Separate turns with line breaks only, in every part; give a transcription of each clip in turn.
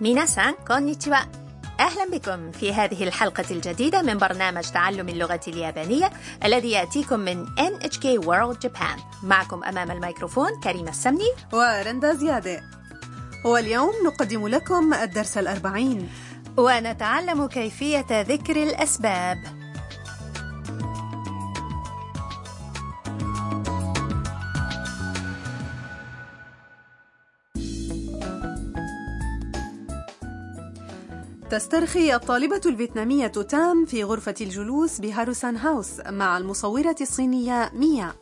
ميناسان كونيتشوا أهلا بكم في هذه الحلقة الجديدة من برنامج تعلم اللغة اليابانية الذي يأتيكم من NHK World Japan معكم أمام الميكروفون كريمة السمني
ورندا زيادة واليوم نقدم لكم الدرس الأربعين
ونتعلم كيفية ذكر الأسباب
تسترخي الطالبة الفيتنامية تام في غرفة الجلوس بهاروسان هاوس مع المصورة الصينية ميا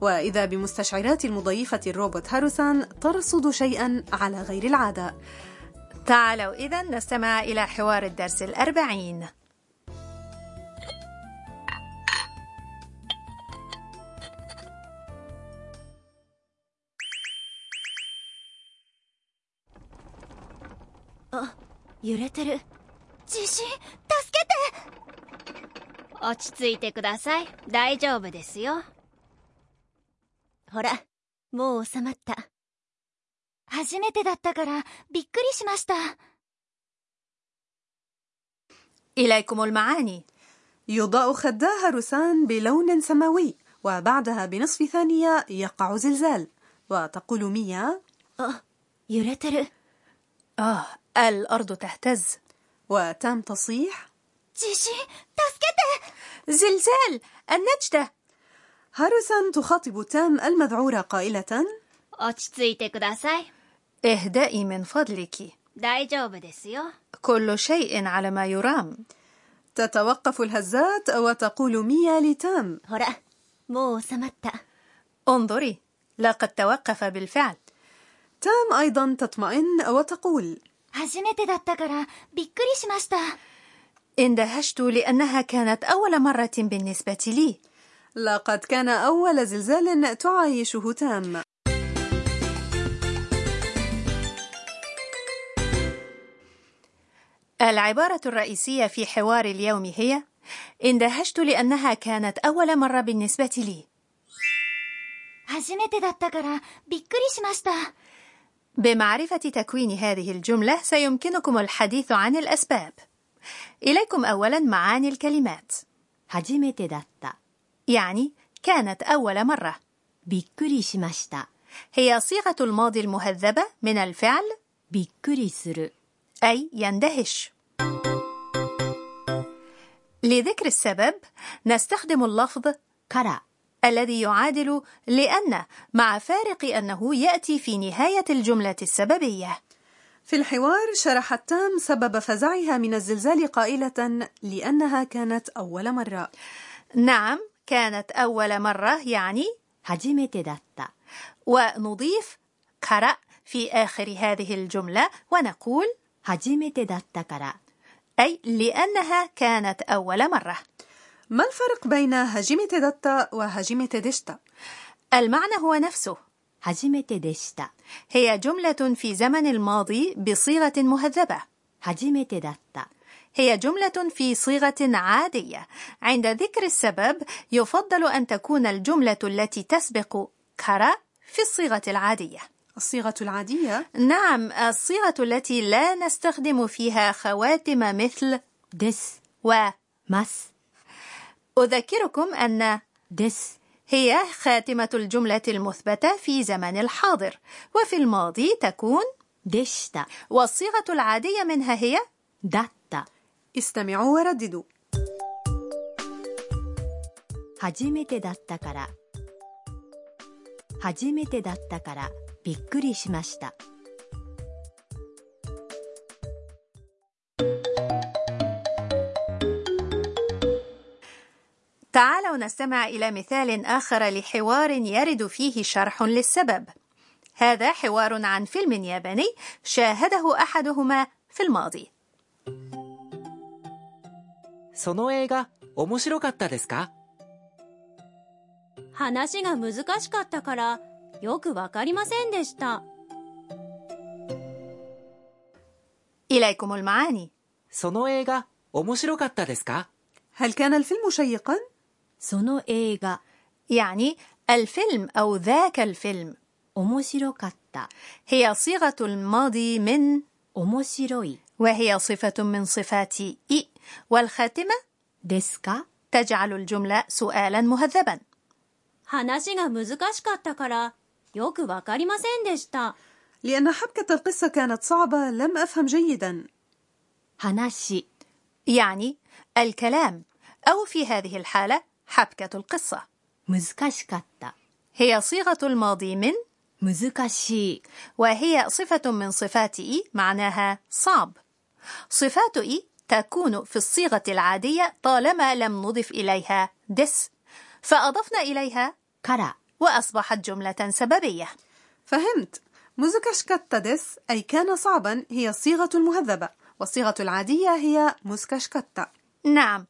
وإذا بمستشعرات المضيفة الروبوت هاروسان ترصد شيئا على غير العادة
تعالوا إذا نستمع إلى حوار الدرس الأربعين
揺れてる
地震助けて
落ち着いてください大丈夫ですよほらもう収まった
初めてだったからびっくりしました
إليكم المعاني
يضاء خدا هاروسان بلون سماوي وبعدها بنصف ثانية يقع زلزال وتقول ميا
あ揺れてる
آه الأرض تهتز
وتام تصيح
地震助けて
زلزال النجدة
هاروسان تخاطب تام المذعورة قائلة
落ち着いてください
اهدئي من فضلك
大丈夫ですよ
كل شيء على ما يرام
تتوقف الهزات وتقول ميا لتام
ほらもう収まった
انظري لقد توقف بالفعل
تام أيضا تطمئن وتقول
初めてだったからびっくりしました
اندهشت لأنها كانت أول مرة بالنسبة لي
لقد كان أول زلزال تعايشه تام
العبارة الرئيسية في حوار اليوم هي اندهشت لأنها كانت أول مرة بالنسبة لي
初めてだったからびっくりしました
بمعرفة تكوين هذه الجملة سيمكنكم الحديث عن الأسباب إليكم أولا معاني الكلمات
初めてだった
يعني كانت أول مرة
びっくりしました
هي صيغة الماضي المهذبة من الفعل
びっくりする
أي يندهش. لذكر السبب نستخدم اللفظ
から
الذي يعادل لأن مع فارق أنه يأتي في نهاية الجملة السببية.
في الحوار شرحت تام سبب فزعها من الزلزال قائلة لأنها كانت أول مرة
نعم كانت أول مرة يعني
初めてだった
ونضيف قرأ في آخر هذه الجملة ونقول
初めてだったから
أي لأنها كانت أول مرة.
ما الفرق بين هجمة دتا وهجمة دشتا؟
المعنى هو نفسه
初めてでした
هي جملة في زمن الماضي بصيغة مهذبة
初めてだった
هي جملة في صيغة عادية. عند ذكر السبب يفضل أن تكون الجملة التي تسبق كرا في الصيغة العادية.
الصيغة العادية
نعم، الصيغة التي لا نستخدم فيها خواتم مثل
です。
و.
ます。
أذكركم أن
です。
هي خاتمة الجملة المثبتة في زمن الحاضر، وفي الماضي تكون
でした。
والصيغة العادية منها هي
だった。
استمعوا ورددوا
初めてだったから。初めてだったから、びっくりしました。
تعالوا نستمع إلى مثال آخر لحوار يرد فيه شرح للسبب. هذا حوار عن فيلم ياباني شاهده أحدهما في الماضي.
その映画面白かったですか
話が難しかったからよくわかりませんでした。
إليكم المعاني.
その映画面白かったですか
هل كان الفيلم شيقا؟
その映画、
يعني الفيلم أو ذاك الفيلم
面白かった。
هي صيغة الماضي من
面
面白い
وهي صفة من صفات إي والخاتمة
ですか
تجعل الجملة سؤالا مهذبا
話が難しかったからよくわかりませんでした。
لأن حبكة القصة كانت صعبة لم أفهم جيدا
話
يعني الكلام أو في هذه الحالة حبكة القصة
難しかった
هي صيغة الماضي من
難しい
وهي صفة من صفات إي معناها صعب صفات إي تكون في الصيغة العادية طالما لم نضف إليها دس فأضفنا إليها
から
وأصبحت جملة سببية
فهمت موزكشكتدس أي كان صعبا هي الصيغة المهذبة والصيغة العادية هي موزكشكتا
نعم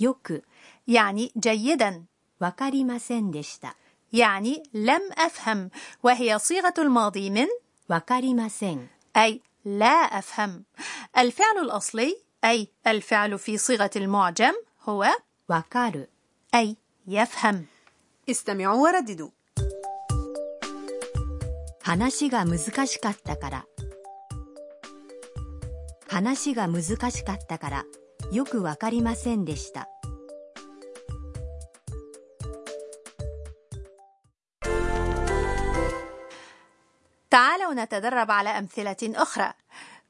よく
يعني جيدا
わかりませんでした。
يعني لم أفهم وهي صيغة الماضي من
わかりません。
أي لا أفهم الفعل الأصلي أي الفعل في صيغة المعجم هو
わかる。
أي يفهم
استمعوا ورددوا
話が難しかったから。話が難しかったから、よくわかりませんでした。
تعالوا نتدرب على أمثلة أخرى.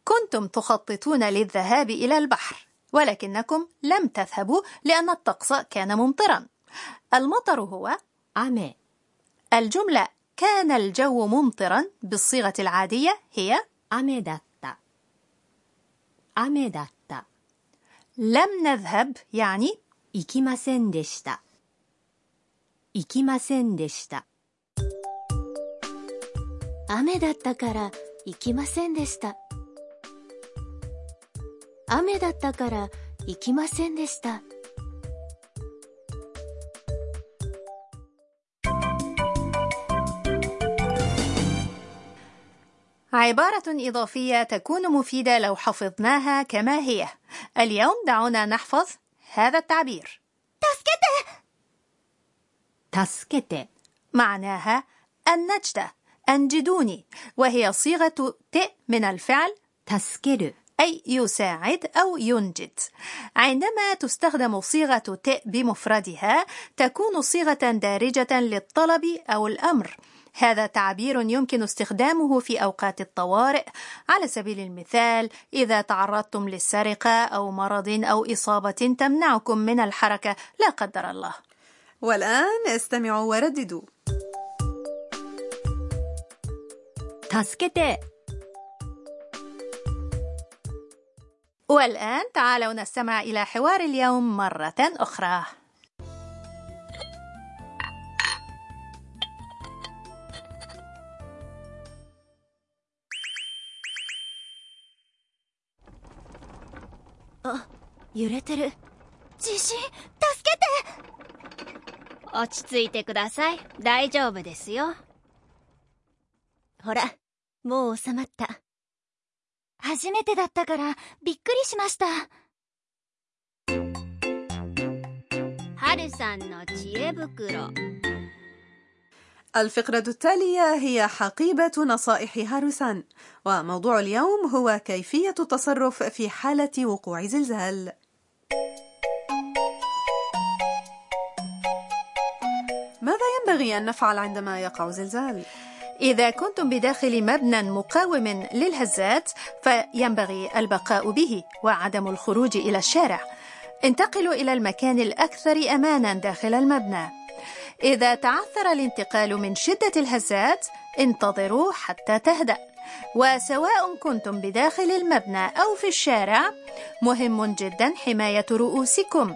كنتم تخططون للذهاب إلى البحر، ولكنكم لم تذهبوا لأن الطقس كان ممطرا. المطر هو
雨、
الجملة كان الجو ممطرا بالصيغة العادية هي
雨だった。雨だった。
لم نذهب يعني
行きませんでした。行きませんでした。
雨だったから行きませんでした雨だったから行きませんでした
عبارة إضافية تكون مفيدة لو حفظناها كما هي. اليوم دعونا نحفظ هذا التعبير.
助けて、
معناها النجدة أنجدوني وهي صيغة ت من الفعل
助ける、
أي يساعد أو ينجد عندما تستخدم صيغة ت بمفردها تكون صيغة دارجة للطلب أو الأمر هذا تعبير يمكن استخدامه في أوقات الطوارئ على سبيل المثال إذا تعرضتم للسرقة أو مرض أو إصابة تمنعكم من الحركة لا قدر الله
والآن استمعوا ورددوا
助けて、
والآن تعالوا نستمع إلى حوار اليوم مرة أخرى
揺れてる
地震助けて
落ち着いてください大丈夫ですよほらもう収まった
初めてだったからびっくりしました
はるさんの知恵袋
الفقرة التالية هي حقيبة نصائح هاروسان وموضوع اليوم هو كيفية التصرف في حالة وقوع زلزال ماذا ينبغي أن نفعل عندما يقع زلزال؟
إذا كنتم بداخل مبنى مقاوم للهزات فينبغي البقاء به وعدم الخروج إلى الشارع. انتقلوا إلى المكان الأكثر أمانا داخل المبنى. إذا تعثر الانتقال من شدة الهزات انتظروا حتى تهدأ. وسواء كنتم بداخل المبنى أو في الشارع مهم جدا حماية رؤوسكم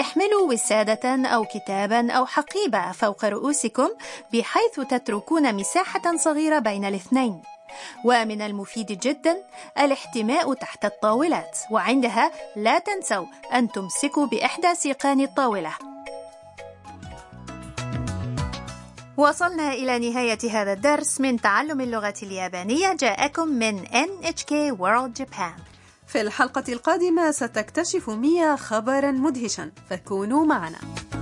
احملوا وسادة أو كتابا أو حقيبة فوق رؤوسكم بحيث تتركون مساحة صغيرة بين الاثنين ومن المفيد جدا الاحتماء تحت الطاولات وعندها لا تنسوا أن تمسكوا بإحدى سيقان الطاولة وصلنا إلى نهاية هذا الدرس من تعلم اللغة اليابانية جاءكم من NHK World Japan
في الحلقة القادمة ستكتشف ميا خبرا مدهشا فكونوا معنا